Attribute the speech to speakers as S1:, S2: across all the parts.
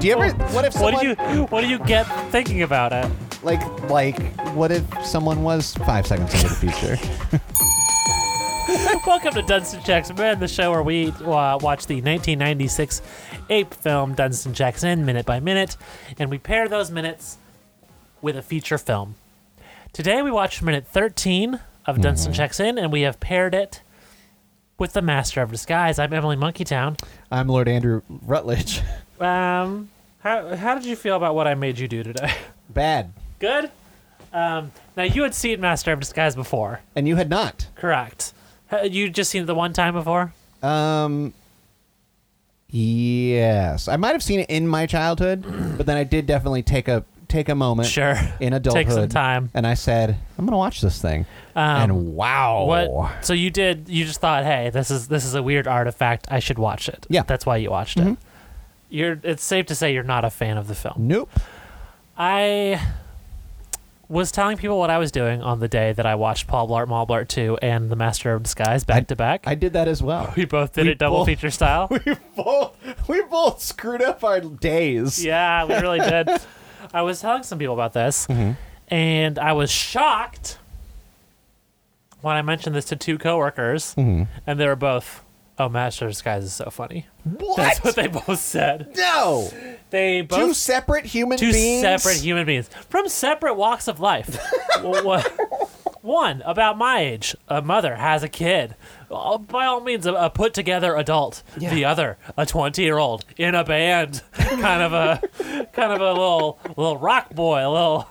S1: Do you ever? What if someone
S2: What do you What do you get thinking about it?
S1: like like what if someone was five seconds into the future?
S2: Welcome to Dunstan Checks Man, the show where we uh, watch the 1996 ape film Dunstan Checks In minute by minute, and we pair those minutes with a feature film. Today we watched minute 13 of Dunstan Checks In, and we have paired it with The Master of Disguise. I'm Emily Monkeytown.
S1: I'm Lord Andrew Rutledge.
S2: Um, how, how did you feel about what I made you do today?
S1: Bad,
S2: Good? Um, now, you had seen Master of Disguise before,
S1: and you had not.
S2: correct? Ha- You just seen it the one time before?
S1: Um. Yes, I might have seen it in my childhood, but then I did definitely take a take a moment
S2: Sure.
S1: in adulthood,
S2: Take some time.
S1: and I said, "I'm gonna watch this thing,"
S2: Um,
S1: and wow,
S2: What? So you did. You just thought, hey, this is this is a weird artifact. I should watch it.
S1: Yeah. Mm-hmm.
S2: that's why you watched it. You're. It's safe to say you're not a fan of the film.
S1: Nope.
S2: I was telling people what I was doing on the day that I watched Paul Blart Mall Blart Two and The Master of Disguise back to back.
S1: I did that as well.
S2: We both did
S1: we
S2: it double
S1: both-
S2: feature style.
S1: we both we both screwed up our days.
S2: yeah, we really did. I was telling some people about this, and I was shocked when I mentioned this to two coworkers, and they were both, "Oh, Master of Disguise is so funny."
S1: What?
S2: That's what they both said.
S1: no.
S2: They
S1: Two
S2: both
S1: separate human
S2: two
S1: beings.
S2: separate human beings from separate walks of life. Wha- wha- One about my age, a mother has a kid. Uh, By all means, a, a put together adult. The other, a twenty year old in a band, kind of a kind of a little little rock boy, a little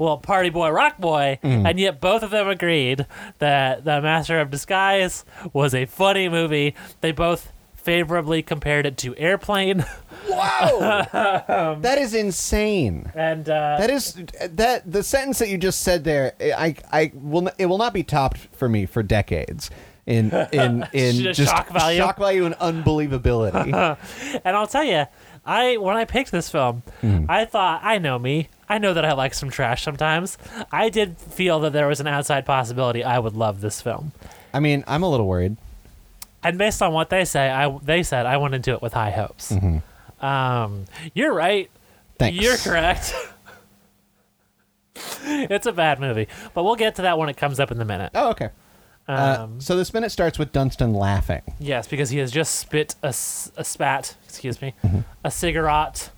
S2: little party boy, rock boy. And yet, both of them agreed that The Master of Disguise was a funny movie. They both favorably compared it to Airplane,
S1: Whoa. that is insane.
S2: and uh,
S1: That is that the sentence that you just said there. I I will n- it will not be topped for me for decades. In in in
S2: Just
S1: just
S2: shock value.
S1: shock value and unbelievability.
S2: And I'll tell you, I when I picked this film, I thought I know me. I know that I like some trash sometimes. I did feel that there was an outside possibility I would love this film.
S1: I mean, I'm a little worried.
S2: And based on what they say, I they said I went into it with high hopes. Um, you're right.
S1: Thanks.
S2: You're correct. it's a bad movie, but we'll get to that when it comes up in the minute.
S1: Oh, okay. Uh,
S2: Um,
S1: so this minute starts with Dunstan laughing.
S2: Yes, because he has just spit a, s- a spat, excuse me, a cigarette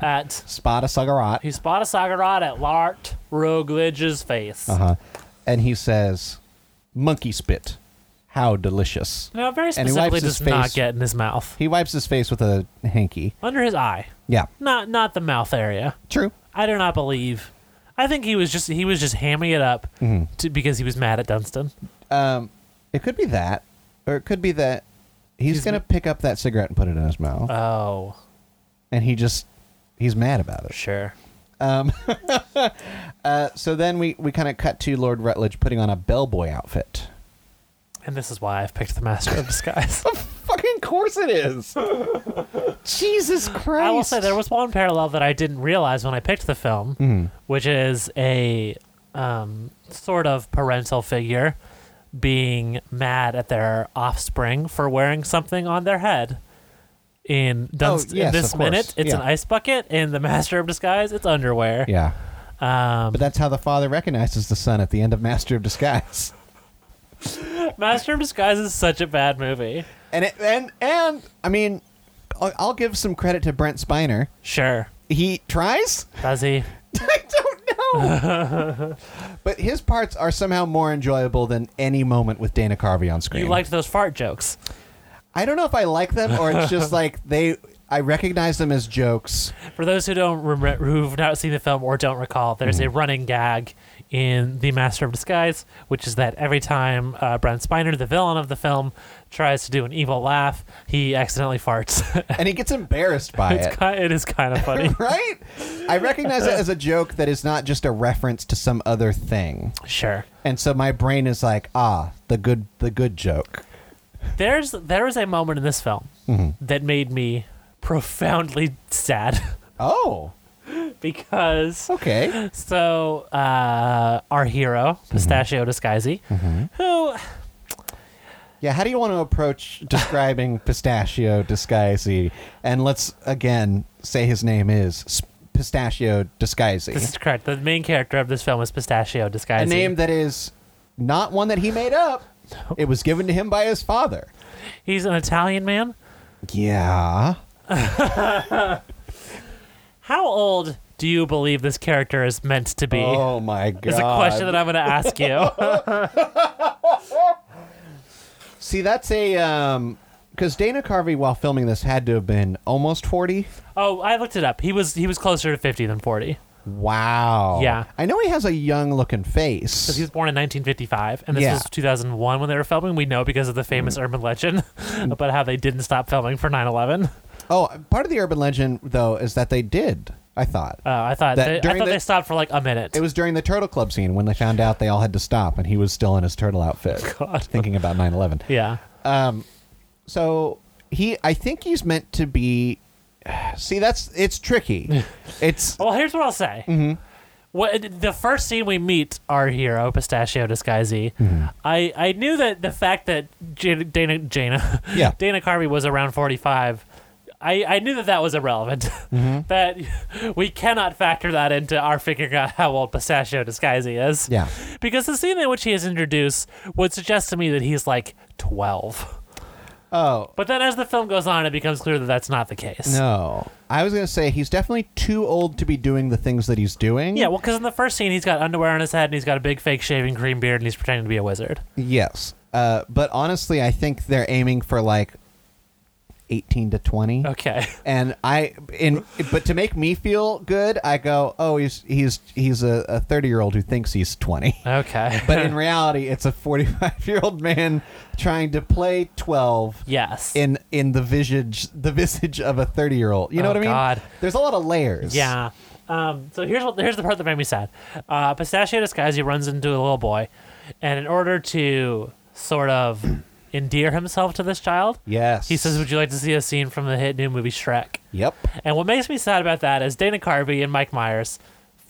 S2: at
S1: Spot a Sagarat.
S2: He spot a Sagarot at Lart Roglige's face.
S1: Uh-huh. And he says, "Monkey spit, how delicious."
S2: Now, very
S1: And he
S2: specifically,
S1: wipes his
S2: does not
S1: face-
S2: get in his mouth.
S1: He wipes his face with a hanky.
S2: Under his eye,
S1: Yeah,
S2: not not the mouth area.
S1: true.
S2: I do not believe. I think he was just he was just hamming it up
S1: Mm-hmm.
S2: to, because he was mad at Dunstan.
S1: Um, it could be that, or it could be that he's, Uh.
S2: He's-
S1: gonna pick up that cigarette and put it in his mouth,
S2: Oh,
S1: and he just he's mad about it.
S2: sure.
S1: Uh, so then we we kind of cut to Lord Rutledge putting on a bellboy outfit.
S2: And this is why I've picked the Master of Disguise.
S1: Fucking course it is. Jesus Christ!
S2: I will say there was one parallel that I didn't realize when I picked the film,
S1: Mm-hmm.
S2: which is a um, sort of parental figure being mad at their offspring for wearing something on their head. In, Dunst- in
S1: Oh, yes,
S2: this
S1: of course.
S2: minute, it's an
S1: Yeah.
S2: ice bucket. In the Master of Disguise, it's underwear.
S1: Yeah,
S2: Um,
S1: but that's how the father recognizes the son at the end of Master of Disguise.
S2: Master of Disguise is such a bad movie.
S1: And it, and and I mean, I'll, I'll give some credit to Brent Spiner.
S2: Sure,
S1: He tries.
S2: does he?
S1: I don't know. but his parts are somehow more enjoyable than any moment with Dana Carvey on screen.
S2: You liked those fart jokes.
S1: I don't know if I like them or it's just like they. I recognize them as jokes.
S2: For those who don't rem who've not seen the film or don't recall, there's a running gag in The Master of Disguise, which is that every time uh, Brent Spiner, the villain of the film, tries to do an evil laugh, he accidentally farts.
S1: And he gets embarrassed by
S2: it's
S1: it.
S2: ki- it is kind of funny.
S1: right? I recognize it as a joke that is not just a reference to some other thing.
S2: sure.
S1: And so my brain is like, ah, the good the good joke.
S2: There's there is a moment in this film that made me profoundly sad
S1: Oh,
S2: because
S1: okay.
S2: So uh, our hero, Pistachio Disguisey, who
S1: Yeah, how do you want to approach describing Pistachio Disguisey? And let's again say his name is S- Pistachio Disguisey.
S2: This is correct. The main character of this film is Pistachio
S1: a
S2: Disguise.
S1: name that is not one that he made up. It was given to him by his father.
S2: He's an Italian man.
S1: Yeah.
S2: How old do you believe this character is meant to be?
S1: Oh my god.
S2: Is a question that I'm going to ask you.
S1: See, that's a um because Dana Carvey, while filming this, had to have been almost forty.
S2: oh, I looked it up. He was he was closer to 50 than 40.
S1: Wow.
S2: Yeah.
S1: I know he has a young looking face.
S2: Because he was born in 1955, and this
S1: Yeah. Mm.
S2: was 2001 when they were filming. We know because of the famous urban legend about how they didn't stop filming for 9/11.
S1: Oh, part of the urban legend though is that they did. I thought
S2: Uh, I thought
S1: That
S2: they, I
S1: during
S2: thought
S1: the-
S2: they stopped for like a minute.
S1: it was during the Turtle Club scene when they found out they all had to stop, and he was still in his turtle outfit,
S2: God.
S1: thinking about 9/11.
S2: yeah,
S1: So he, I think he's meant to be. See, that's it's tricky. It's
S2: Well, here's what I'll say.
S1: Mm-hmm.
S2: What the first scene we meet our hero Pistachio Disguisee.
S1: Mm-hmm.
S2: I I knew that the fact that J- Dana Jana
S1: Yeah.
S2: Dana Carvey was around 45. I, I knew that that was irrelevant.
S1: Mm-hmm.
S2: that we cannot factor that into our figuring out how old Pistachio Disguisee is.
S1: Yeah.
S2: Because the scene in which he is introduced would suggest to me that he's like 12.
S1: oh
S2: But then as the film goes on, it becomes clear that that's not the case.
S1: no. I was gonna say he's definitely too old to be doing the things that he's doing.
S2: Yeah, well, because in the first scene, he's got underwear on his head and he's got a big fake shaving cream beard and he's pretending to be a wizard.
S1: Yes. Uh, but honestly, I think they're aiming for like eighteen to twenty.
S2: Okay.
S1: and I in but to make me feel good, I go, oh, he's he's he's a, a thirty year old who thinks he's twenty,
S2: Okay.
S1: but in reality, it's a forty five year old man trying to play twelve.
S2: yes.
S1: In in the visage the visage of a thirty year old, you know
S2: Oh,
S1: what I mean?
S2: God.
S1: There's a lot of layers.
S2: yeah. Um, so here's what here's the part that made me sad. Uh, Pistachio disguise he runs into a little boy, and in order to sort of endear himself to this child,
S1: Yes.
S2: he says, "Would you like to see a scene from the hit new movie Shrek?"
S1: Yep.
S2: And what makes me sad about that is Dana Carvey and Mike Myers,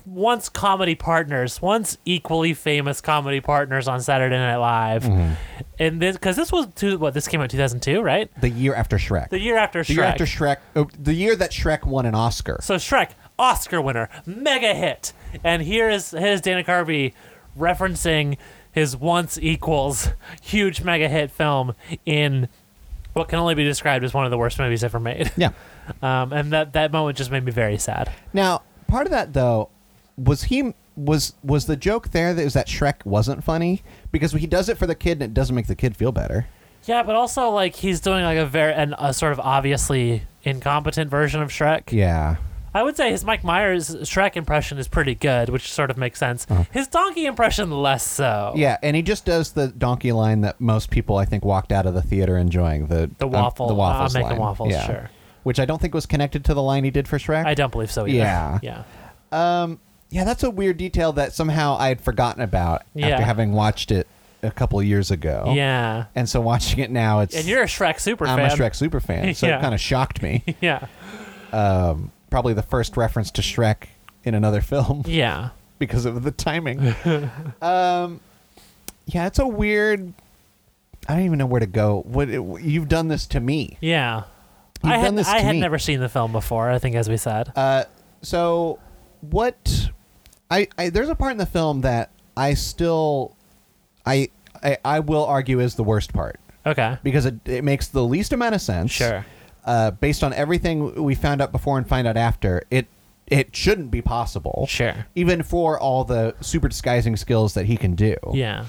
S2: once comedy partners, once equally famous comedy partners on Saturday Night Live,
S1: Mm-hmm.
S2: and this because this was two, what this came out two thousand two, right?
S1: The year after Shrek.
S2: The year after
S1: The
S2: Shrek.
S1: year after Shrek. oh, the year that Shrek won an Oscar.
S2: so Shrek, Oscar winner, mega hit, and here is his Dana Carvey referencing his once equals huge mega hit film in what can only be described as one of the worst movies ever made.
S1: yeah.
S2: Um, and that that moment just made me very sad.
S1: Now, part of that though was he was was the joke there that is that Shrek wasn't funny because he does it for the kid and it doesn't make the kid feel better.
S2: Yeah, but also like he's doing like a very an, a sort of obviously incompetent version of Shrek.
S1: Yeah.
S2: I would say his Mike Myers Shrek impression is pretty good, which sort of makes sense. His donkey impression less so.
S1: Uh-huh. Yeah, and he just does the donkey line that most people I think walked out of the theater enjoying the
S2: The
S1: um,
S2: waffle.
S1: the waffles
S2: I'm making
S1: line.
S2: waffles,
S1: Yeah.
S2: sure.
S1: Which I don't think was connected to the line he did for Shrek.
S2: I don't believe so either.
S1: Yeah.
S2: Yeah.
S1: yeah, that's a weird detail that somehow I had forgotten about
S2: Yeah.
S1: after having watched it a couple of years ago.
S2: Yeah.
S1: And so watching it now, it's
S2: And you're a Shrek super
S1: Oh. I'm
S2: fan.
S1: a Shrek super fan, so
S2: Yeah.
S1: it kind of shocked me.
S2: Yeah.
S1: probably the first reference to Shrek in another film
S2: Yeah.
S1: because of the timing. um, yeah, it's a weird. I don't even know where to go. What you've done this to me.
S2: Yeah.
S1: You've
S2: I
S1: done
S2: had
S1: this
S2: I
S1: to
S2: had
S1: me. Uh,
S2: never seen the film before, I think as we said.
S1: So what? I, I there's a part in the film that I still, I I, I will argue is the worst part
S2: okay.
S1: because it, it makes the least amount of sense.
S2: Sure.
S1: Uh, based on everything we found out before and find out after, it it shouldn't be possible.
S2: Sure.
S1: Even for all the super disguising skills that he can do.
S2: Yeah.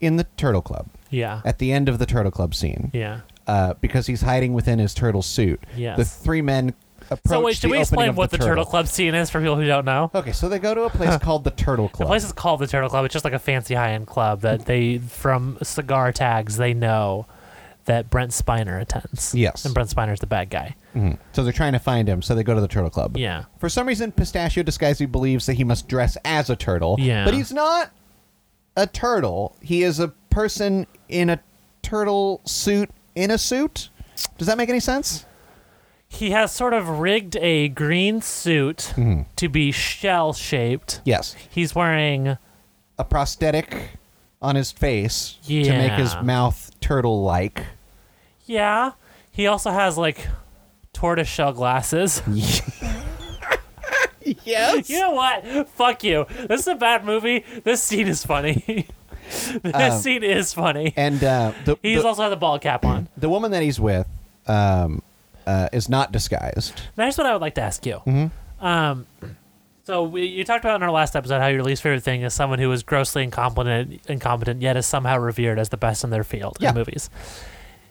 S1: In the Turtle Club,
S2: Yeah.
S1: at the end of the Turtle Club scene,
S2: Yeah.
S1: uh, because he's hiding within his turtle suit.
S2: Yes.
S1: The three men approach.
S2: So wait,
S1: the
S2: should we
S1: opening
S2: explain
S1: of
S2: what the, Turtle Club scene is for people who don't know?
S1: Okay, so they go to a place called the Turtle Club.
S2: The place is called the Turtle Club. It's just like a fancy high end club that they, from cigar tags, they know that Brent Spiner attends.
S1: Yes.
S2: And Brent Spiner's the bad guy.
S1: Mhm. So they're trying to find him. So they go to the Turtle Club.
S2: Yeah.
S1: For some reason, Pistachio Disguisey believes that he must dress as a turtle.
S2: Yeah.
S1: But he's not a turtle. He is a person in a turtle suit in a suit. Does that make any sense?
S2: He has sort of rigged a green suit
S1: Mm.
S2: to be shell shaped.
S1: Yes.
S2: He's wearing.
S1: A prosthetic on his face to make his
S2: Yeah.
S1: mouth turtle like.
S2: Yeah. He also has like tortoiseshell glasses.
S3: Yes.
S2: You know what? Fuck you. This is a bad movie. This scene is funny. this scene is funny.
S1: Um, And uh, the,
S2: He's
S1: the,
S2: also had the ball cap on.
S1: the woman that he's with um, uh, is not disguised.
S2: Now, here's what I would like to ask you.
S1: Mm-hmm.
S2: Um, so we, you talked about in our last episode how your least favorite thing is someone who is grossly incompetent, incompetent yet is somehow revered as the best in their field
S1: Yeah.
S2: in movies.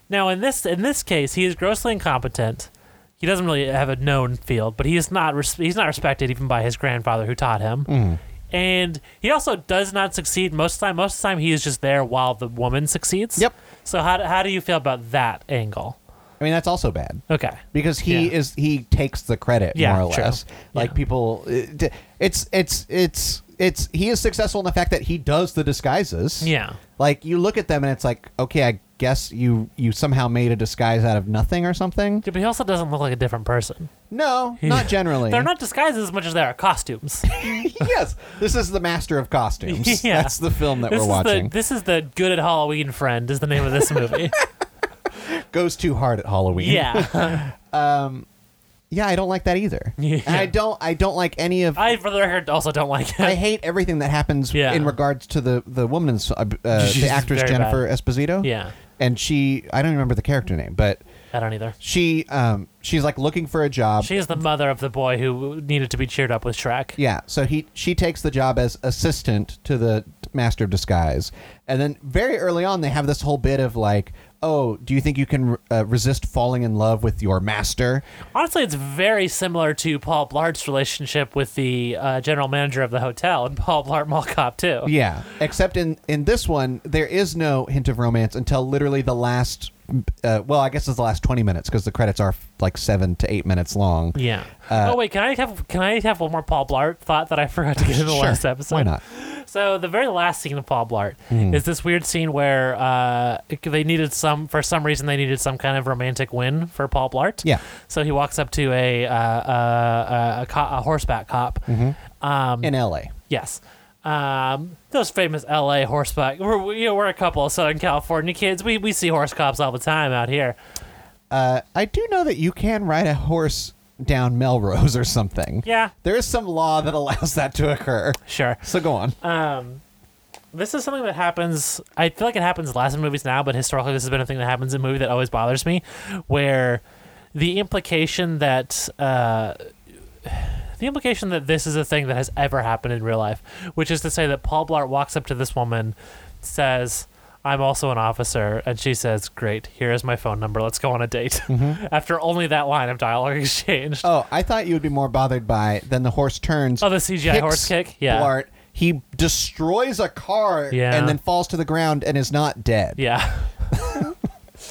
S2: Now, in this in this case, he is grossly incompetent. He doesn't really have a known field, but he is not res- he's not respected even by his grandfather who taught him.
S1: Mm-hmm.
S2: And he also does not succeed most of the time. Most of the time, he is just there while the woman succeeds.
S1: Yep.
S2: So how do, how do you feel about that angle?
S1: I mean, that's also bad.
S2: Okay.
S1: because he
S2: Yeah.
S1: is he takes the credit
S2: Yeah,
S1: more or
S2: true.
S1: less. Like
S2: Yeah.
S1: people, it- it's it's it's it's he is successful in the fact that he does the disguises.
S2: Yeah.
S1: like you look at them and it's like, okay, I guess you you somehow made a disguise out of nothing or something.
S2: Yeah, but he also doesn't look like a different person.
S1: No, not generally.
S2: They're not disguises as much as they are costumes.
S1: yes, this is the master of costumes.
S2: Yeah.
S1: That's the film that
S2: this
S1: we're
S2: is
S1: watching.
S2: the this is the good at Halloween friend is the name of this movie.
S1: Goes too hard at Halloween.
S2: yeah,
S1: yeah, I don't like that either.
S2: Yeah.
S1: And I don't I don't like any of
S2: I for the record also don't like it.
S1: I hate everything that happens
S2: Yeah.
S1: in regards to the the woman's uh, uh,
S2: She's
S1: the actress
S2: very
S1: Jennifer Esposito.
S2: Yeah.
S1: and she I don't remember the character name, but
S2: I don't either.
S1: she um she's like looking for a job.
S2: She is the mother of the boy who needed to be cheered up with Shrek.
S1: yeah, so he she takes the job as assistant to the master of disguise, and then very early on they have this whole bit of like, oh, do you think you can uh, resist falling in love with your master?
S2: Honestly, it's very similar to Paul Blart's relationship with the uh, general manager of the hotel and Paul Blart Mall Cop too.
S1: Yeah, except in in this one there is no hint of romance until literally the last. Uh, well, I guess it's the last twenty minutes because the credits are like seven to eight minutes long.
S2: Yeah.
S1: Uh,
S2: oh wait, can I have can I have one more Paul Blart thought that I forgot to get in the
S1: Sure,
S2: last episode?
S1: Why not?
S2: So the very last scene of Paul Blart is this weird scene where uh, they needed some for some reason they needed some kind of romantic win for Paul Blart.
S1: Yeah.
S2: So he walks up to a uh, uh, a, co- a horseback cop. Um,
S1: In L.A.
S2: yes. Um, those famous LA horseback. We're, we- you know, we're a couple of Southern California kids. We, we see horse cops all the time out here.
S1: Uh, I do know that you can ride a horse down Melrose or something.
S2: Yeah.
S1: There is some law that allows that to occur.
S2: Sure.
S1: So go on.
S2: Um, this is something that happens. I feel like it happens less in movies now, but historically, this has been a thing that happens in movie that always bothers me, where the implication that uh, the implication that this is a thing that has ever happened in real life, which is to say that Paul Blart walks up to this woman, says. I'm also an officer, and she says, "Great, here is my phone number. Let's go on a date." After only that line of dialogue exchanged, oh,
S1: Oh, I thought you would be more bothered by then the horse turns.
S2: the CGI
S1: kicks
S2: horse kick, yeah,
S1: Blart. He destroys a car
S2: Yeah.
S1: and then falls to the ground and is not dead.
S2: Yeah.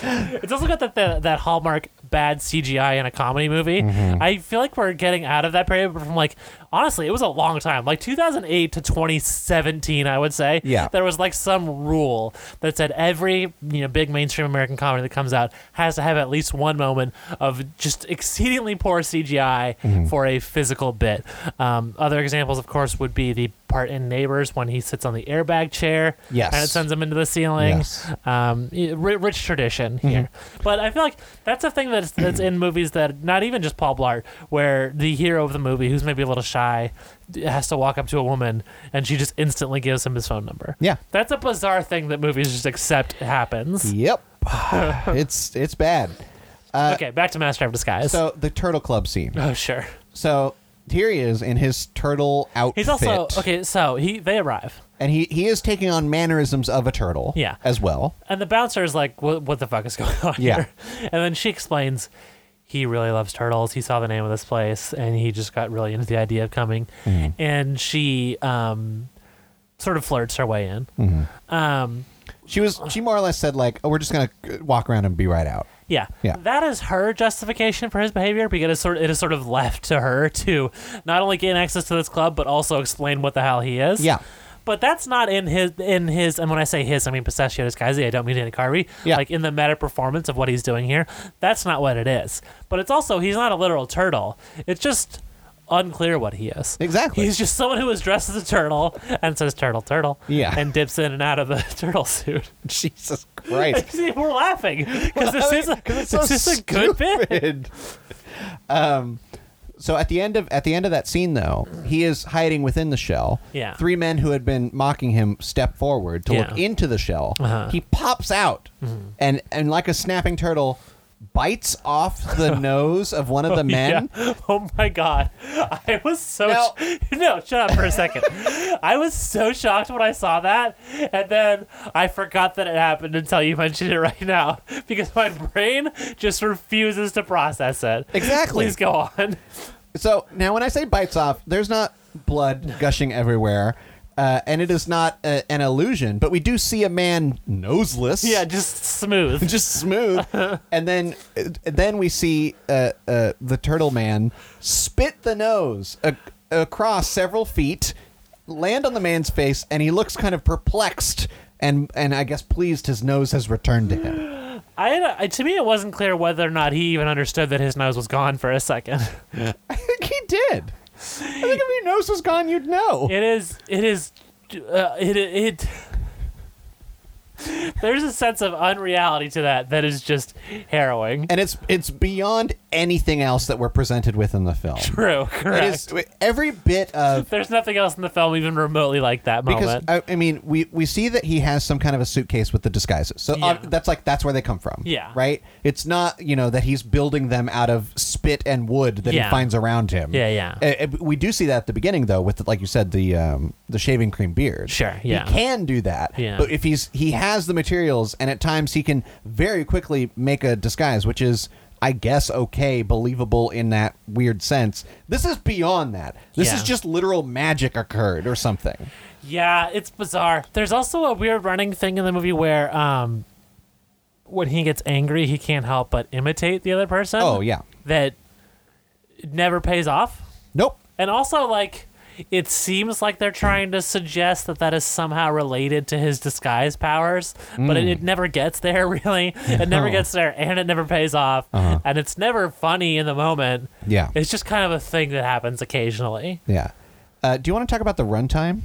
S2: it's also got that, that that hallmark bad CGI in a comedy movie.
S1: Mm-hmm.
S2: I feel like we're getting out of that period but from like honestly, it was a long time, like 2008 to 2017, I would say.
S1: Yeah.
S2: there was like some rule that said every you know big mainstream American comedy that comes out has to have at least one moment of just exceedingly poor CGI
S1: Mm-hmm.
S2: for a physical bit. Um, other examples, of course, would be the part in Neighbors when he sits on the airbag chair
S1: Yes.
S2: and it sends him into the ceiling.
S1: Yes.
S2: Um, y- ri- rich tradition
S1: Mm-hmm.
S2: here, but I feel like that's a thing that's that's in movies that not even just Paul Blart, where the hero of the movie, who's maybe a little shy, d- has to walk up to a woman and she just instantly gives him his phone number.
S1: Yeah. Mm.
S2: that's a bizarre thing that movies just accept happens.
S1: Yep. it's it's bad.
S2: okay, back to Master of Disguise.
S1: Uh, So the turtle club scene.
S2: oh sure,
S1: So here he is in his turtle outfit.
S2: he's also okay. So he they arrive.
S1: and he he is taking on mannerisms of a turtle.
S2: Yeah.
S1: as well.
S2: And the bouncer is like, what, what the fuck is going on
S1: Yeah.
S2: here? And then she explains he really loves turtles. He saw the name of this place and he just got really into the idea of coming. And she um, sort of flirts her way in. Um,
S1: She was she more or less said like, "Oh, we're just gonna uh, walk around and be right out."
S2: yeah.
S1: Yeah.
S2: that is her justification for his behavior because it is sort it is sort of left to her to not only gain access to this club but also explain what the hell he is.
S1: Yeah.
S2: but that's not in his in his and when I say his, I mean Pistachio Disguise. I don't mean Danny Carvey.
S1: Yeah.
S2: like in the meta performance of what he's doing here, that's not what it is. But it's also he's not a literal turtle. It's just unclear what he is.
S1: Exactly.
S2: He's just someone who is dressed as a turtle and says turtle, turtle.
S1: Yeah.
S2: And dips in and out of the turtle suit.
S1: Jesus Christ.
S2: See, we're laughing because this is a,
S1: Because it's so
S2: this is a good bit.
S1: stupid. Um, so at the end of at the end of that scene, though, he is hiding within the shell.
S2: Yeah.
S1: Three men who had been mocking him step forward to look
S2: Yeah.
S1: into the shell.
S2: Uh-huh. Mm-hmm.
S1: He pops out, and and like a snapping turtle, bites off the nose of one of the men.
S2: Yeah. Oh my god. I was so
S1: Now-
S2: no, shut up for a second. I was so shocked when I saw that, and then I forgot that it happened until you mentioned it right now because my brain just refuses to process it.
S1: Exactly.
S2: Please go on.
S1: So now, when I say bites off, there's not blood gushing everywhere. Uh, and it is not a, an illusion, but we do see a man noseless.
S2: Yeah, just smooth.
S1: just smooth. and then then we see uh, uh, the turtle man spit the nose ac- across several feet, land on the man's face, and he looks kind of perplexed and and I guess pleased his nose has returned to him.
S2: I, had a- to me it wasn't clear whether or not he even understood that his nose was gone for a second.
S1: I think he did. I think if your nose was gone, you'd know.
S2: It is. It is. Uh, it. It. There's a sense of unreality to that that is just harrowing.
S1: And it's it's beyond anything else that we're presented with in the film.
S2: True.
S1: It
S2: Correct.
S1: is every bit of
S2: There's nothing else in the film even remotely like that
S1: because
S2: moment.
S1: I, I mean we we see that he has some kind of a suitcase with the disguises so ob-
S2: Yeah.
S1: that's like that's where they come from
S2: Yeah.
S1: right it's not you know that he's building them out of spit and wood that he
S2: Yeah.
S1: finds around him
S2: Yeah, yeah.
S1: Uh, uh, we do see that at the beginning though with like you said the um the shaving cream beard
S2: Sure, yeah.
S1: he can do that
S2: Yeah.
S1: but if he's he has the materials and at times he can very quickly make a disguise which is I guess okay, believable in that weird sense. This is beyond that. This
S2: Yeah.
S1: is just literal magic occurred or something.
S2: yeah, it's bizarre. There's also a weird running thing in the movie where, um, when he gets angry, he can't help but imitate the other person.
S1: Oh, yeah.
S2: That never pays off.
S1: Nope.
S2: And also, like, it seems like they're trying to suggest that that is somehow related to his disguise powers, but it, it never gets there, really. It never
S1: Hmm. No.
S2: gets there, and it never pays off.
S1: Uh-huh.
S2: And it's never funny in the moment.
S1: Yeah.
S2: It's just kind of a thing that happens occasionally.
S1: Yeah. Uh, do you want to talk about the runtime?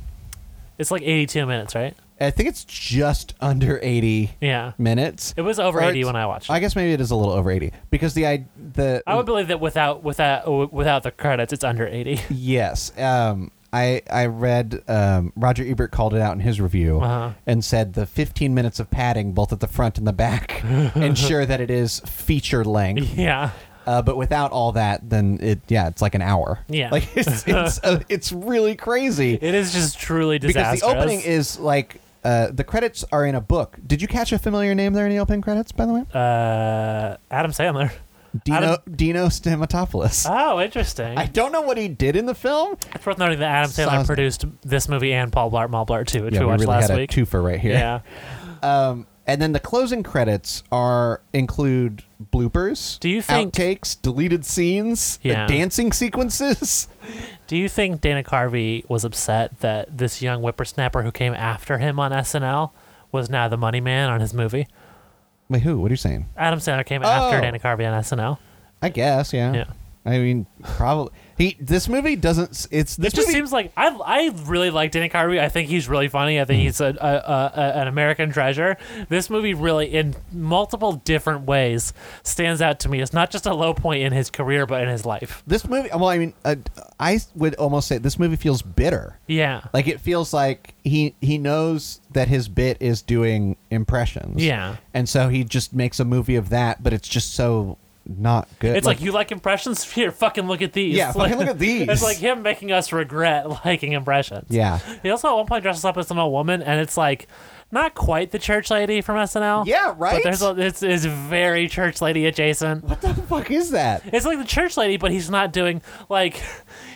S2: It's like 82 minutes, right?
S1: I think it's just under 80
S2: Yeah.
S1: minutes.
S2: It was over
S1: Or
S2: 80
S1: it's-
S2: when I watched it.
S1: I guess maybe it is a little over 80 because the I the
S2: I would believe that without without without the credits, it's under 80.
S1: yes. Um I, I read um, Roger Ebert called it out in his review
S2: Uh-huh.
S1: and said the 15 minutes of padding both at the front and the back ensure that it is feature length.
S2: yeah.
S1: Uh, but without all that, then it yeah, it's like an hour.
S2: Yeah.
S1: like it's it's, uh, it's really crazy.
S2: It is just truly
S1: because
S2: disastrous.
S1: the opening is like uh, the credits are in a book. Did you catch a familiar name there in the opening credits? By the way,
S2: uh, Adam Sandler.
S1: Dino
S2: Adam-
S1: Dino Stamatopoulos.
S2: Oh, interesting.
S1: I don't know what he did in the film.
S2: It's worth noting that Adam Sandler
S1: Sounds-
S2: produced this movie and Paul Blart Mall Blart 2, which we watched
S1: really
S2: last
S1: had
S2: week.
S1: a twofer right here.
S2: Yeah.
S1: Um, and then the closing credits are include bloopers,
S2: Do you think-
S1: outtakes, deleted scenes,
S2: Yeah.
S1: the dancing sequences.
S2: Do you think Dana Carvey was upset that this young whippersnapper who came after him on SNL was now the money man on his movie?
S1: Wait, who? What are you saying?
S2: Adam Sandler came after
S1: Oh.
S2: Dana Carvey on SNL.
S1: I guess, yeah.
S2: Yeah.
S1: I mean, probably he. This movie doesn't. s- It's this
S2: It just
S1: movie
S2: seems like I I really like Dana Carvey. I think he's really funny. I
S1: Hmm.
S2: think he's a, a, a an American treasure. This movie really, in multiple different ways, stands out to me. It's not just a low point in his career, but in his life.
S1: This movie, well, I mean, uh, I would almost say this movie feels bitter.
S2: Yeah.
S1: Like it feels like he he knows that his bit is doing impressions.
S2: Yeah.
S1: and so he just makes a movie of that, but it's just so not good.
S2: It's like, you like impressions? Here, fucking look at these.
S1: Yeah,
S2: Like-
S1: fucking look at these.
S2: It's like him making us regret liking impressions.
S1: yeah,
S2: He also at one point dresses up as an old woman, and it's like not quite the church lady from SNL.
S1: Yeah, right?
S2: But there's a, it's, it's very church lady adjacent.
S1: what the fuck is that?
S2: It's like the church lady, but he's not doing like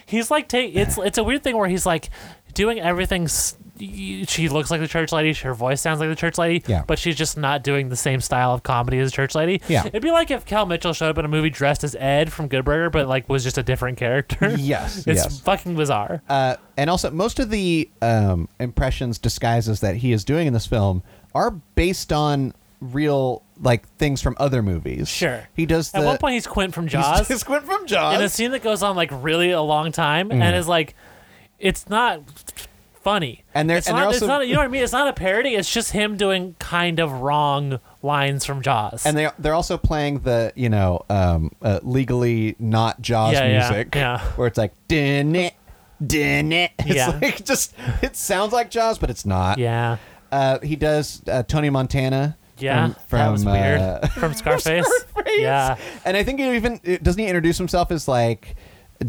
S2: he's like take it's it's a weird thing where he's like doing everything. S- y- she looks like the church lady. Her voice sounds like the church lady.
S1: Yeah.
S2: But she's just not doing the same style of comedy as the church lady.
S1: Yeah.
S2: It'd be like if Cal Mitchell showed up in a movie dressed as Ed from Good Burger, but like was just a different character.
S1: Yes,
S2: it's
S1: yes.
S2: fucking bizarre.
S1: Uh, and also, most of the um, impressions, disguises that he is doing in this film are based on real like things from other movies.
S2: Sure.
S1: He does the
S2: At one point, he's Quint from Jaws.
S1: He's Squid from Jaws.
S2: in a scene that goes on like really a long time
S1: Mm.
S2: and is like it's not funny
S1: And they're-
S2: it's
S1: and
S2: not,
S1: they're
S2: it's
S1: also-
S2: not you know what i mean it's not a parody it's just him doing kind of wrong lines from jaws
S1: and they they're also playing the you know um, uh, legally not Jaws
S2: Yeah, yeah,
S1: music,
S2: yeah.
S1: where it's like din it, din it. It's
S2: Yeah.
S1: like just it sounds like Jaws, but it's not.
S2: yeah
S1: Uh, he does uh, Tony Montana.
S2: yeah
S1: from, from
S2: that was weird
S1: uh,
S2: from scarface,
S1: Scarface.
S2: yeah
S1: and I think he even uh, doesn't he introduce himself as like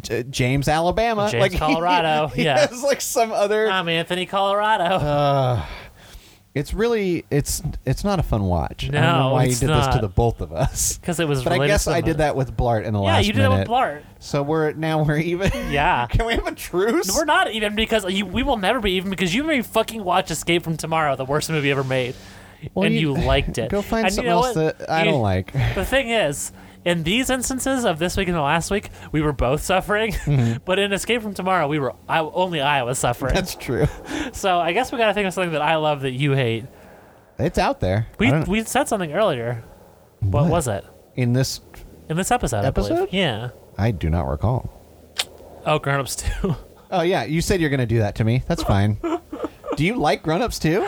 S1: J- James Alabama,
S2: James
S1: like he-
S2: Colorado,
S1: He
S2: yeah.
S1: has like some other.
S2: i'm anthony colorado
S1: Uh, it's really it's it's not a fun watch. I don't know
S2: No,
S1: why
S2: it's
S1: you did this to
S2: not.
S1: the both of us.
S2: because it was
S1: But I
S2: related
S1: guess
S2: to the
S1: I did
S2: mother.
S1: that with Blart in the
S2: yeah
S1: last
S2: you did
S1: minute.
S2: it with blart
S1: So we're now we're even.
S2: yeah
S1: Can we have a truce?
S2: We're not even because you, we will never be even because you made me fucking watch Escape from Tomorrow, the worst movie ever made,
S1: Well,
S2: and
S1: you-
S2: you, liked it.
S1: Go find
S2: And you
S1: something
S2: know
S1: else
S2: what?
S1: that I
S2: You-
S1: don't like.
S2: The thing is, in these instances of this week and the last week, we were both suffering, but in Escape from Tomorrow, we were I, only I was
S1: Mm-hmm.
S2: suffering.
S1: That's true.
S2: so I guess we got to think of something that I love that you hate.
S1: It's out there. I
S2: We
S1: don't-
S2: we said something earlier. What, was it
S1: in this,
S2: in this episode? I
S1: Episode?
S2: believe. Yeah.
S1: I do not recall.
S2: Oh, Grown Ups Two.
S1: Oh yeah, you said you're going to do that to me. That's fine. do you like grown-ups too?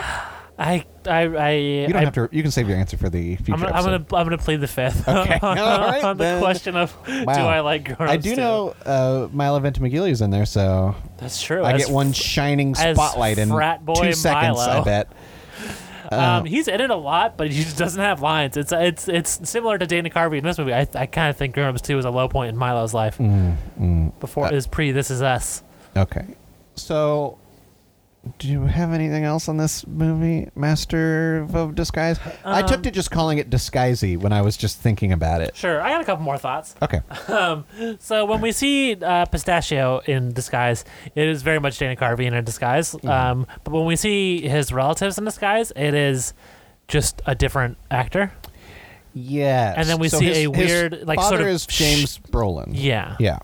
S2: I I I.
S1: You don't
S2: I
S1: have to. You can save your answer for the future.
S2: I'm gonna, I'm
S1: episode.
S2: gonna I'm gonna plead the fifth
S1: Okay.
S2: on,
S1: All right,
S2: on the
S1: then.
S2: question of
S1: Wow.
S2: do I like grown
S1: I do know uh, Milo Ventimiglia is in there, so
S2: that's true.
S1: I
S2: As
S1: get one shining
S2: as
S1: spotlight in
S2: frat boy
S1: two seconds. I
S2: Milo.
S1: bet. Uh,
S2: f-
S1: Oh.
S2: Um, he's in it a lot, but he just doesn't have lines. It's it's it's similar to Dana Carvey in this movie. I I kind of think Grown Ups Two was a low point in Milo's life before
S1: Uh,
S2: it was pre This Is Us.
S1: Okay. So, do you have anything else on this movie, Master of Disguise? I
S2: Um,
S1: took to just calling it Disguisey when I was just thinking about it.
S2: Sure, I got a couple more thoughts.
S1: Okay.
S2: So when we see uh, Pistachio in disguise, it is very much Dana Carvey in a disguise. Um, but when we see his relatives in disguise, it is just a different actor.
S1: Yes.
S2: And then we see a weird, like, sort
S1: father
S2: of
S1: is James Brolin.
S2: Yeah.
S1: Mm-hmm. Yeah.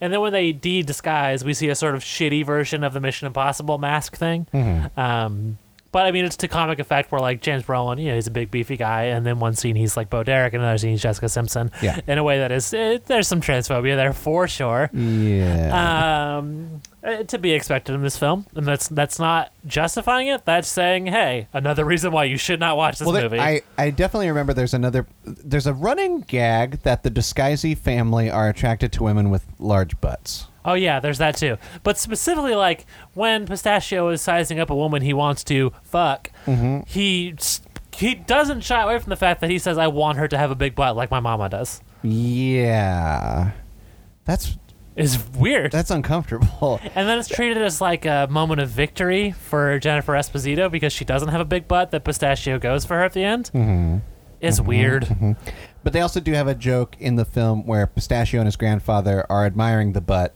S2: And then when they de-disguise, we see a sort of shitty version of the Mission Impossible mask thing.
S1: Mm-hmm.
S2: Um, but I mean, it's to comic effect where like James Brolin, you know, he's a big beefy guy, and then one scene he's like Bo Derek, and another scene he's Jessica Simpson.
S1: Yeah.
S2: In a way that is, it, there's some transphobia there for sure.
S1: Yeah.
S2: Um, uh, to be expected in this film, and that's that's not justifying it. That's saying, hey, another reason why you should not watch this
S1: well, there-
S2: movie.
S1: I I definitely remember. There's another. There's a running gag that the Disguisey family are attracted to women with large butts.
S2: Oh yeah, there's that too. But specifically, like when Pistachio is sizing up a woman he wants to fuck,
S1: Mm-hmm.
S2: he s- he doesn't shy away from the fact that he says, "I want her to have a big butt like my mama does."
S1: Yeah. That's
S2: Is weird.
S1: that's uncomfortable.
S2: and then it's treated as like a moment of victory for Jennifer Esposito because she doesn't have a big butt that Pistachio goes for her at the end.
S1: Mm-hmm.
S2: It's weird.
S1: But they also do have a joke in the film where Pistachio and his grandfather are admiring the butt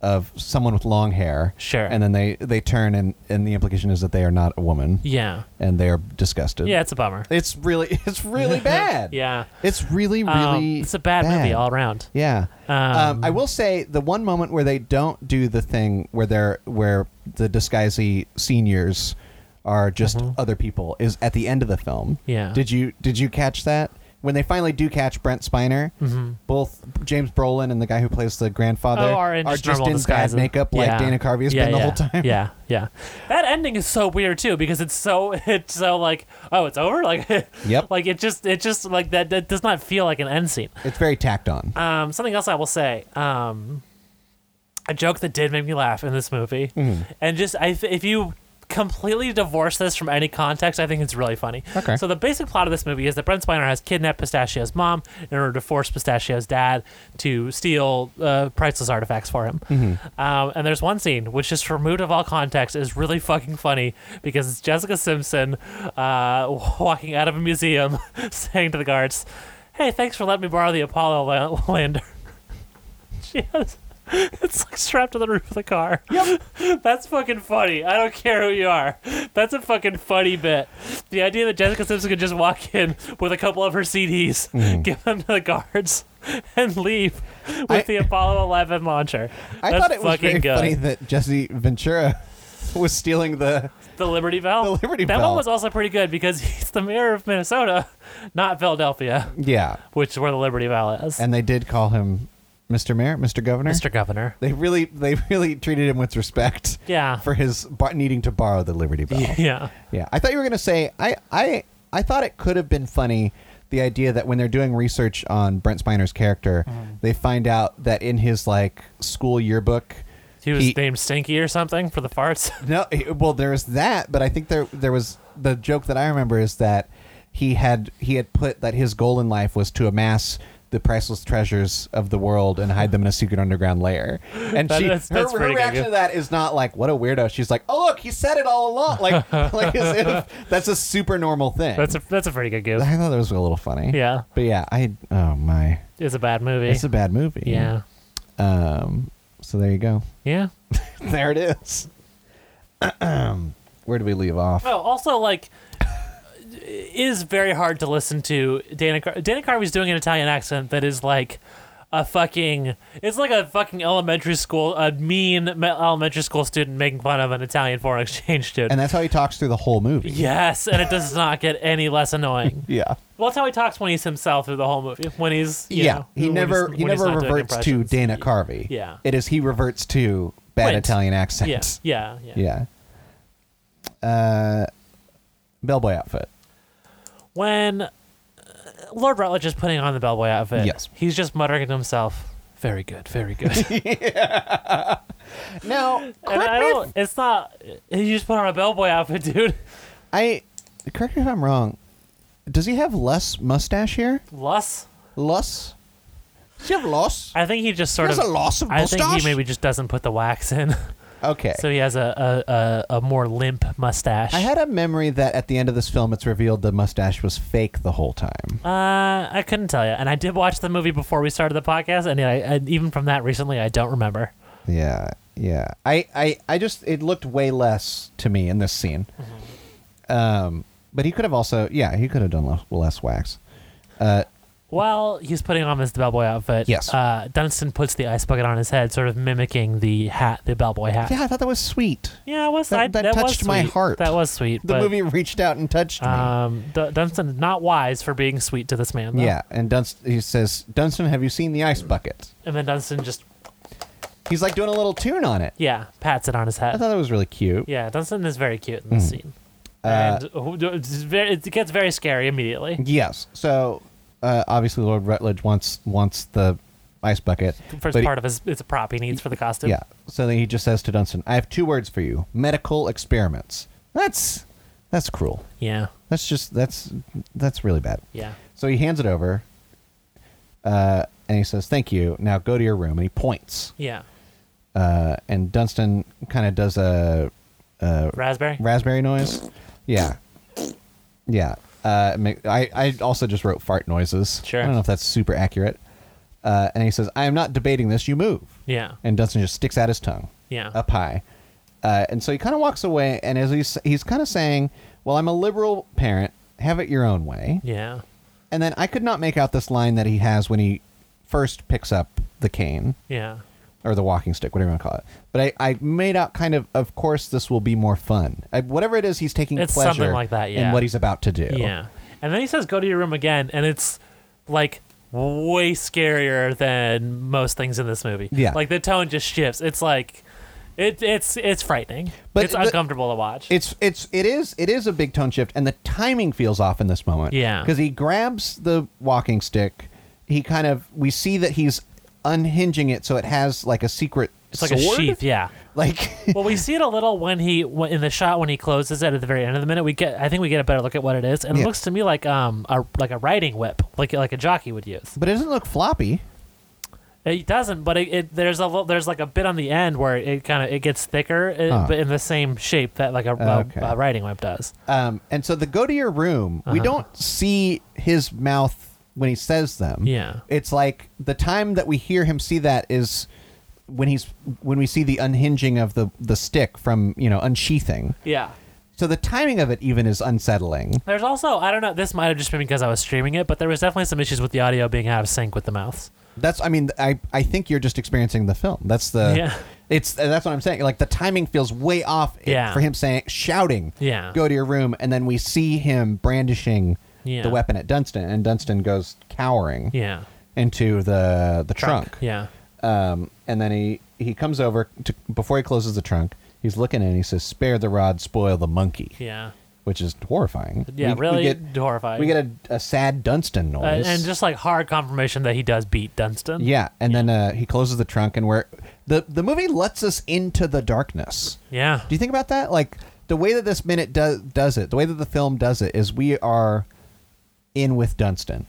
S1: of someone with long hair.
S2: Sure.
S1: And then they they turn and and the implication is that they are not a woman
S2: Yeah,
S1: and they are disgusted.
S2: yeah, it's a bummer.
S1: It's really it's really bad.
S2: Yeah,
S1: It's really
S2: Um,
S1: really
S2: it's a bad, movie all around.
S1: Yeah. Um,
S2: Um,
S1: I will say the one moment where they don't do the thing where they're where the disguisee seniors are just other people is at the end of the film.
S2: Uh-huh. Yeah.
S1: Did you did you catch that? When they finally do catch Brent Spiner, both James Brolin and the guy who plays the grandfather
S2: Mm-hmm. Oh, are in just,
S1: just
S2: normal
S1: in bad
S2: disguises.
S1: makeup like
S2: Yeah.
S1: Dana Carvey has
S2: yeah,
S1: been the
S2: yeah,
S1: whole time.
S2: Yeah, yeah. That ending is so weird too because it's so it's so like oh it's over like
S1: Yep.
S2: like it just it just like that that does not feel like an end scene.
S1: It's very tacked on.
S2: Um, something else I will say. Um, a joke that did make me laugh in this movie, and just I th- if you completely divorce this from any context, I think it's really funny.
S1: Okay.
S2: So the basic plot of this movie is that Brent Spiner has kidnapped Pistachio's mom in order to force Pistachio's dad to steal uh, priceless artifacts for him. Um, and there's one scene which, just removed of all context, is really fucking funny because it's Jessica Simpson uh, walking out of a museum saying to the guards, "Hey, thanks for letting me borrow the Apollo la- lander." she has. It's like strapped to the roof of the car. Yep. That's fucking funny. I don't care who you are. That's a fucking funny bit. The idea that Jessica Simpson could just walk in with a couple of her CDs, give them to the guards, and leave with
S1: Hmm. I-
S2: the Apollo 11 launcher.
S1: I
S2: That's
S1: thought it was
S2: fucking
S1: very
S2: good.
S1: funny that Jesse Ventura was stealing the.
S2: The Liberty Bell.
S1: The Liberty
S2: that
S1: Bell.
S2: one was also pretty good because he's the mayor of Minnesota, not Philadelphia,
S1: Yeah,
S2: which is where the Liberty Bell is.
S1: and they did call him Mr. Mayor, Mr. Governor.
S2: Mr. Governor.
S1: They really, they really treated him with respect.
S2: Yeah.
S1: For his bar- needing to borrow the Liberty Bell.
S2: Yeah.
S1: Yeah, I thought you were gonna say I I I thought it could have been funny the idea that when they're doing research on Brent Spiner's character,
S2: Mm-hmm.
S1: they find out that in his like school yearbook.
S2: He was
S1: He-
S2: named Stinky or something for the farts.
S1: No, eh, well, there was that, but I think there there was the joke that I remember is that he had he had put that his goal in life was to amass the priceless treasures of the world and hide them in a secret underground lair. And
S2: That-
S1: she
S2: that's- that's
S1: her, her
S2: pretty
S1: reaction
S2: good.
S1: to that is not like what a weirdo. She's like, "Oh, look, he said it all along." Like like as if that's a super normal thing.
S2: That's a that's a pretty good goof.
S1: I thought that was a little funny.
S2: Yeah.
S1: But yeah, I oh my,
S2: It's a bad movie.
S1: it's a bad movie.
S2: yeah.
S1: Um. So there you go.
S2: Yeah.
S1: there it is. Where do we leave off?
S2: Oh, also like it is very hard to listen to Dana Car- Dana Carvey's doing an Italian accent that is like a fucking it's like a fucking elementary school a mean me- elementary school student making fun of an Italian foreign exchange student.
S1: And that's how he talks through the whole movie.
S2: yes, and it does not get any less annoying.
S1: Yeah.
S2: well, that's how he talks when he's himself through the whole movie. When he's you
S1: yeah.
S2: know,
S1: he
S2: when
S1: never
S2: he's-
S1: he
S2: when he's
S1: never
S2: not doing
S1: reverts to
S2: impressions.
S1: Dana Carvey.
S2: Yeah.
S1: It is he reverts to bad
S2: Right.
S1: Italian
S2: Yeah,
S1: accents.
S2: yeah, yeah.
S1: Yeah. Uh, bellboy outfit.
S2: when uh, Lord Rutledge is putting on the bellboy outfit,
S1: Yes.
S2: he's just muttering to himself, "Very good, very good." and
S1: Now,
S2: I
S1: correct me if
S2: don't. It's not. You just put on a bellboy outfit, dude.
S1: I correct me if I'm wrong. Does he have less mustache here?
S2: Loss.
S1: Loss? Does he have loss?
S2: I think he just sort
S1: He has
S2: of.
S1: a loss of
S2: I think he
S1: mustache?
S2: maybe just doesn't put the wax in,
S1: Okay.
S2: so he has a a, a, a more limp mustache.
S1: I had a memory that at the end of this film, it's revealed the mustache was fake the whole time.
S2: Uh, I couldn't tell you, and I did watch the movie before we started the podcast, and I, I, even from that recently, I don't remember.
S1: Yeah, yeah. I, I, I just it looked way less to me in this scene.
S2: Mm-hmm.
S1: Um, but he could have also, yeah, he could have done less, less wax.
S2: While he's putting on his bellboy outfit,
S1: Yes.
S2: uh, Dunstan puts the ice bucket on his head, sort of mimicking the hat, the bellboy hat.
S1: Yeah, I thought that was sweet.
S2: Yeah, it was
S1: That-
S2: I-
S1: that
S2: was
S1: touched my
S2: sweet.
S1: heart.
S2: That was sweet.
S1: The
S2: but,
S1: movie reached out and touched me.
S2: Um, D- Dunstan is not wise for being sweet to this man. Though.
S1: Yeah, and Dunst, he says, Dunstan, have you seen the ice bucket?
S2: And then Dunstan just
S1: He's like doing a little tune on it.
S2: yeah pats it on his
S1: I
S2: head.
S1: thought Mm. Uh, that was really cute.
S2: Yeah, Dunstan is very cute in this scene. and uh, who- it's very- it gets very scary immediately.
S1: Yes. So uh, obviously, Lord Rutledge wants wants the ice bucket.
S2: First
S1: but he-
S2: part of his it's a prop he needs for the costume.
S1: yeah. So then he just says to Dunstan, "I have two words for you: medical experiments." That's that's cruel.
S2: yeah,
S1: That's just that's that's really bad.
S2: yeah.
S1: So he hands it over, uh, and he says, "Thank you. Now go to your room." And he points,
S2: yeah.
S1: uh, and Dunstan kind of does a Uh,
S2: Raspberry.
S1: raspberry noise. Yeah, yeah. Uh, ma- I I also just wrote fart noises.
S2: Sure.
S1: I don't know if that's super accurate. Uh, and he says, "I am not debating this. You move."
S2: yeah,
S1: And Dunstan just sticks out his tongue.
S2: yeah.
S1: up high. Uh, and so he kind of walks away, and as he's he's kind of saying, "Well, I'm a liberal parent. Have it your own way."
S2: Yeah.
S1: And then I could not make out this line that he has when he first picks up the cane
S2: Yeah.
S1: or the walking stick, whatever you want to call it. But I, I made out kind of, of course, this will be more fun. I, whatever it is, he's taking
S2: It's
S1: pleasure
S2: something like that,
S1: in
S2: yeah.
S1: what he's about to do.
S2: Yeah. And then he says, go to your room again. And it's like way scarier than most things in this movie.
S1: Yeah.
S2: Like the tone just shifts. It's like, it, it's it's frightening.
S1: But
S2: it's
S1: the-
S2: uncomfortable to watch.
S1: It's it's it is it is a big tone shift, and the timing feels off in this moment.
S2: Yeah.
S1: because he grabs the walking stick. He kind of we see that he's unhinging it, so it has like a secret.
S2: it's like a sheath. Yeah.
S1: Like
S2: Well, we see it a little when he when, in the shot when he closes it at the very end of the minute. We get I think we get a better look at what it is, and
S1: Yeah.
S2: it looks to me like um a like a riding whip, like like a jockey would use.
S1: but it doesn't look floppy.
S2: It doesn't, but it, it there's a lo- there's like a bit on the end where it kind of it gets thicker, it,
S1: Huh.
S2: but in the same shape that like a,
S1: Okay.
S2: a, a riding whip does.
S1: Um, and so the go to your room.
S2: Uh-huh.
S1: We don't see his mouth when he says them.
S2: Yeah.
S1: it's like the time that we hear him see that is when he's when we see the unhinging of the the stick from you know unsheathing.
S2: Yeah.
S1: So the timing of it even is unsettling.
S2: There's also I don't know. This might have just been because I was streaming it, but there was definitely some issues with the audio being out of sync with the mouths.
S1: That's I mean I I think you're just experiencing the film. That's the
S2: Yeah.
S1: It's and that's what I'm saying. Like the timing feels way off. in-
S2: Yeah.
S1: For him saying shouting,
S2: Yeah.
S1: go to your room, and then we see him brandishing
S2: Yeah.
S1: the weapon at Dunstan, and Dunstan goes cowering
S2: Yeah.
S1: into the the trunk.
S2: Yeah.
S1: Um, and then he he comes over to before he closes the trunk. He's looking and he says, "Spare the rod, spoil the monkey,"
S2: Yeah.
S1: which is horrifying.
S2: Yeah, really
S1: get,
S2: horrifying.
S1: We get a, a sad Dunstan
S2: Uh,
S1: noise,
S2: and just like hard confirmation that he does beat Dunstan.
S1: yeah, and then uh, he closes the trunk, and where the the movie lets us into the darkness.
S2: Yeah.
S1: Do you think about that? Like the way that this minute does does it, the way that the film does it is we are in with Dunstan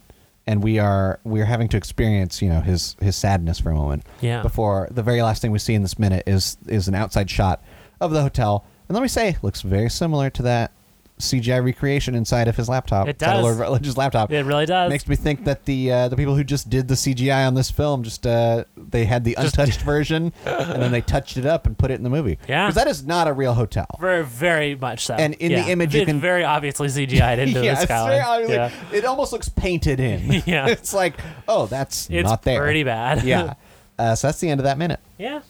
S1: and we are we are having to experience, you know, his his sadness for a moment.
S2: Yeah.
S1: Before the very last thing we see in this minute is is an outside shot of the hotel. And let me say, looks very similar to that CGI recreation inside of his laptop.
S2: It
S1: inside of
S2: does.
S1: Lord Rutledge's laptop.
S2: It really does.
S1: Makes me think that the uh, the people who just did the CGI on this film just uh, they had the untouched version and then they touched it up and put it in the movie.
S2: Yeah.
S1: because that is not a real hotel.
S2: Very, very much so.
S1: And in the
S2: Yeah.
S1: image you
S2: It's
S1: can-
S2: very obviously CGI'd into
S1: yeah, it's
S2: the skyline.
S1: very obviously-
S2: yeah.
S1: it almost looks painted in.
S2: Yeah.
S1: it's like oh, that's
S2: It's
S1: not there.
S2: pretty bad.
S1: yeah, uh, so that's the end of that minute.
S2: yeah.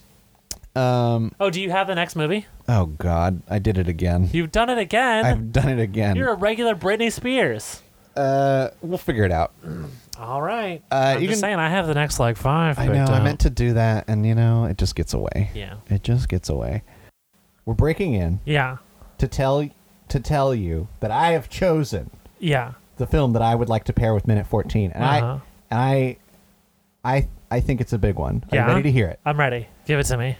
S1: Um,
S2: Oh, do you have the next movie?
S1: oh God, I did it again.
S2: You've done it again.
S1: I've done it again.
S2: You're a regular Britney Spears.
S1: uh, we'll figure it out.
S2: All right.
S1: Uh,
S2: I'm
S1: you
S2: just
S1: can-
S2: saying, I have the next like five.
S1: I
S2: picked
S1: know. I
S2: out.
S1: meant to do that, and you know, it just gets away.
S2: uh, Yeah.
S1: It just gets away. We're breaking in.
S2: Yeah.
S1: to tell to tell you that I have chosen
S2: Yeah.
S1: the film that I would like to pair with minute 14 and
S2: Uh-huh.
S1: I and I I I think it's a big one. Are
S2: Yeah.
S1: you ready to hear it?
S2: I'm ready. Give it to me.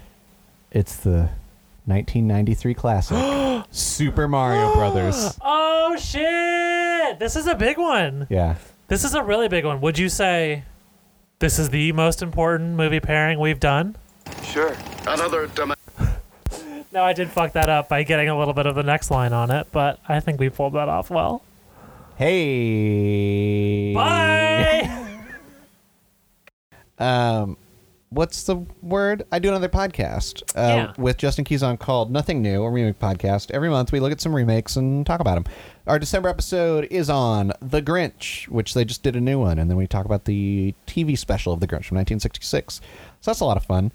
S1: It's the 1993 classic Super Mario Brothers.
S2: Oh shit! This is a big one.
S1: Yeah.
S2: This is a really big one. Would you say this is the most important movie pairing we've done?
S3: Sure. Another dumb.
S2: No, I did fuck that up by getting a little bit of the next line on it, but I think we pulled that off well.
S1: Hey.
S2: Bye.
S1: Um what's the word? I do another podcast uh,
S2: Yeah.
S1: with Justin Keys on called Nothing New, a remake podcast. Every month we look at some remakes and talk about them. Our December episode is on The Grinch, which they just did a new one, and then we talk about the TV special of The Grinch from 1966. So that's a lot of fun.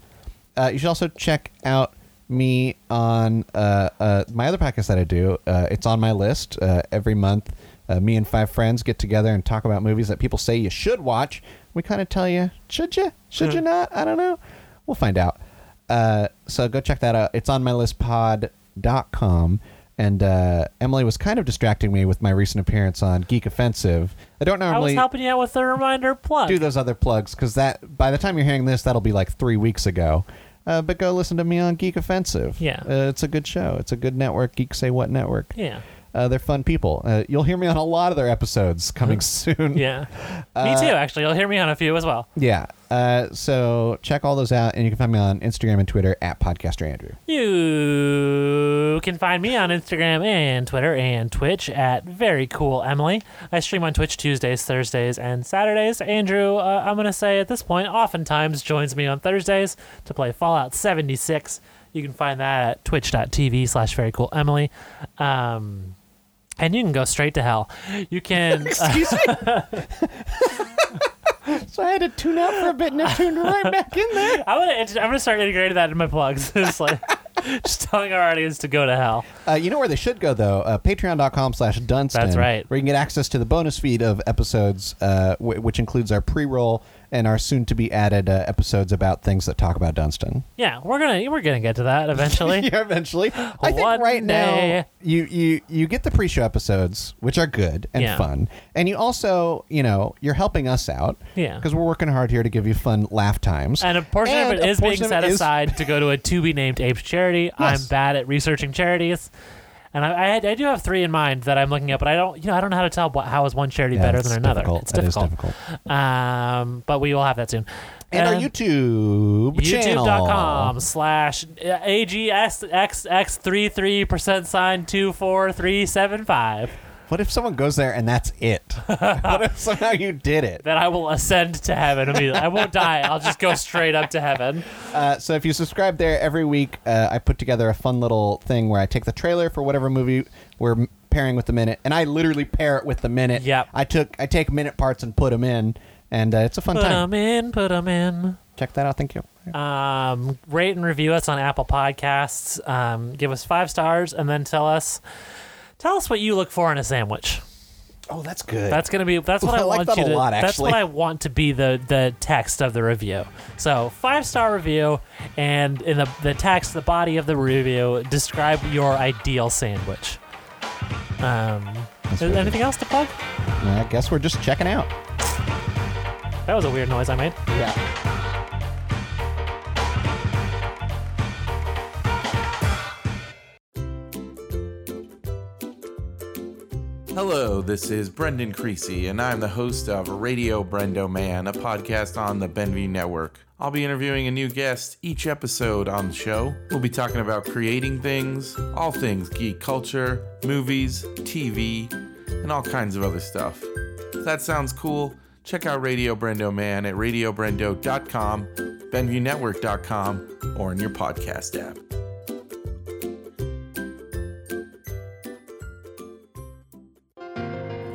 S1: Uh, you should also check out me on uh, uh, my other podcast that I do. Uh, it's on my list uh, every month. Uh, me and five friends get together and talk about movies that people say you should watch. We kind of tell you, should you? Should you not? I don't know. We'll find out. Uh, so go check that out. It's on my list pod.com. And uh, Emily was kind of distracting me with my recent appearance on Geek Offensive. I don't
S2: I was
S1: normally
S2: helping you out with the reminder plug.
S1: do those other plugs because that by the time you're hearing this, that'll be like three weeks ago. Uh, but go listen to me on Geek Offensive.
S2: Yeah.
S1: uh, it's a good show. It's a good network. Geek Say What Network.
S2: Yeah.
S1: uh, they're fun people. Uh, you'll hear me on a lot of their episodes coming soon.
S2: Yeah. me too. Actually, you'll hear me on a few as well.
S1: yeah. Uh, so check all those out, and you can find me on Instagram and Twitter at Podcaster Andrew.
S2: You can find me on Instagram and Twitter and Twitch at very cool Emily. I stream on Twitch Tuesdays, Thursdays, and Saturdays. Andrew, uh, I'm gonna say at this point, oftentimes joins me on Thursdays to play Fallout 76. You can find that at twitch.tv slash very cool Emily. Um, and you can go straight to hell. You can.
S1: Excuse me. so I had to tune out for a bit, and it tuned right back in there.
S2: I'm gonna, I'm gonna start integrating that in my plugs. it's like just telling our audience to go to hell.
S1: Uh, you know where they should go though? Uh, Patreon.com slash Dunstan.
S2: That's right.
S1: Where you can get access to the bonus feed of episodes, uh, w- which includes our pre-roll and our soon-to-be-added uh, episodes about things that talk about Dunstan.
S2: Yeah, we're gonna we're gonna get to that eventually.
S1: yeah, eventually. I think
S2: One
S1: right now
S2: day.
S1: you, you you get the pre-show episodes, which are good and
S2: Yeah.
S1: fun, and you also you know you're helping us out.
S2: Yeah.
S1: Because we're working hard here to give you fun laugh times.
S2: And a portion
S1: And
S2: of it
S1: a
S2: is being
S1: portion of
S2: set
S1: it is-
S2: aside to go to a to be named apes charity.
S1: Yes.
S2: I'm bad at researching charities. And I, I, had- I do have three in mind that I'm looking at, but I don't, you know, I don't know how to tell what, how is one charity
S1: Yeah,
S2: better
S1: it's
S2: than another.
S1: difficult.
S2: It's
S1: That is
S2: difficult.
S1: difficult.
S2: Um, but we will have that soon.
S1: And, our YouTube channel.
S2: YouTube.com slash uh, AGSXX33 percent two four three seven five.
S1: What if someone goes there and that's it? what if somehow you did it?
S2: Then I will ascend to heaven immediately. I won't die. I'll just go straight up to heaven.
S1: Uh, so if you subscribe there every week, uh, I put together a fun little thing where I take the trailer for whatever movie we're m- pairing with the minute, and I literally pair it with the minute.
S2: Yep.
S1: I took I take minute parts and put them in, and uh, it's a fun
S2: Put
S1: time.
S2: 'em in, put 'em in.
S1: Check that out. Thank you.
S2: Um, rate and review us on Apple Podcasts. Um, give us five stars, and then tell us tell us what you look for in a sandwich.
S1: oh, that's good.
S2: That's gonna be that's what
S1: I
S2: I,
S1: like
S2: want
S1: that
S2: you
S1: a
S2: to.
S1: lot,
S2: that's what
S1: actually.
S2: I want to be the the text of the review. So five star review, and in the the text, the body of the review, describe your ideal sandwich. Um, is there
S1: really
S2: anything else to plug?
S1: I guess we're just checking out.
S2: That was a weird noise I made.
S1: Yeah.
S4: Hello, this is Brendan Creasy, and I'm the host of Radio Brendo Man, a podcast on the Benview Network. I'll be interviewing a new guest each episode on the show. We'll be talking about creating things, all things geek culture, movies, TV, and all kinds of other stuff. If that sounds cool, check out Radio Brendo Man at radiobrendo.com, benviewnetwork.com, or in your podcast app.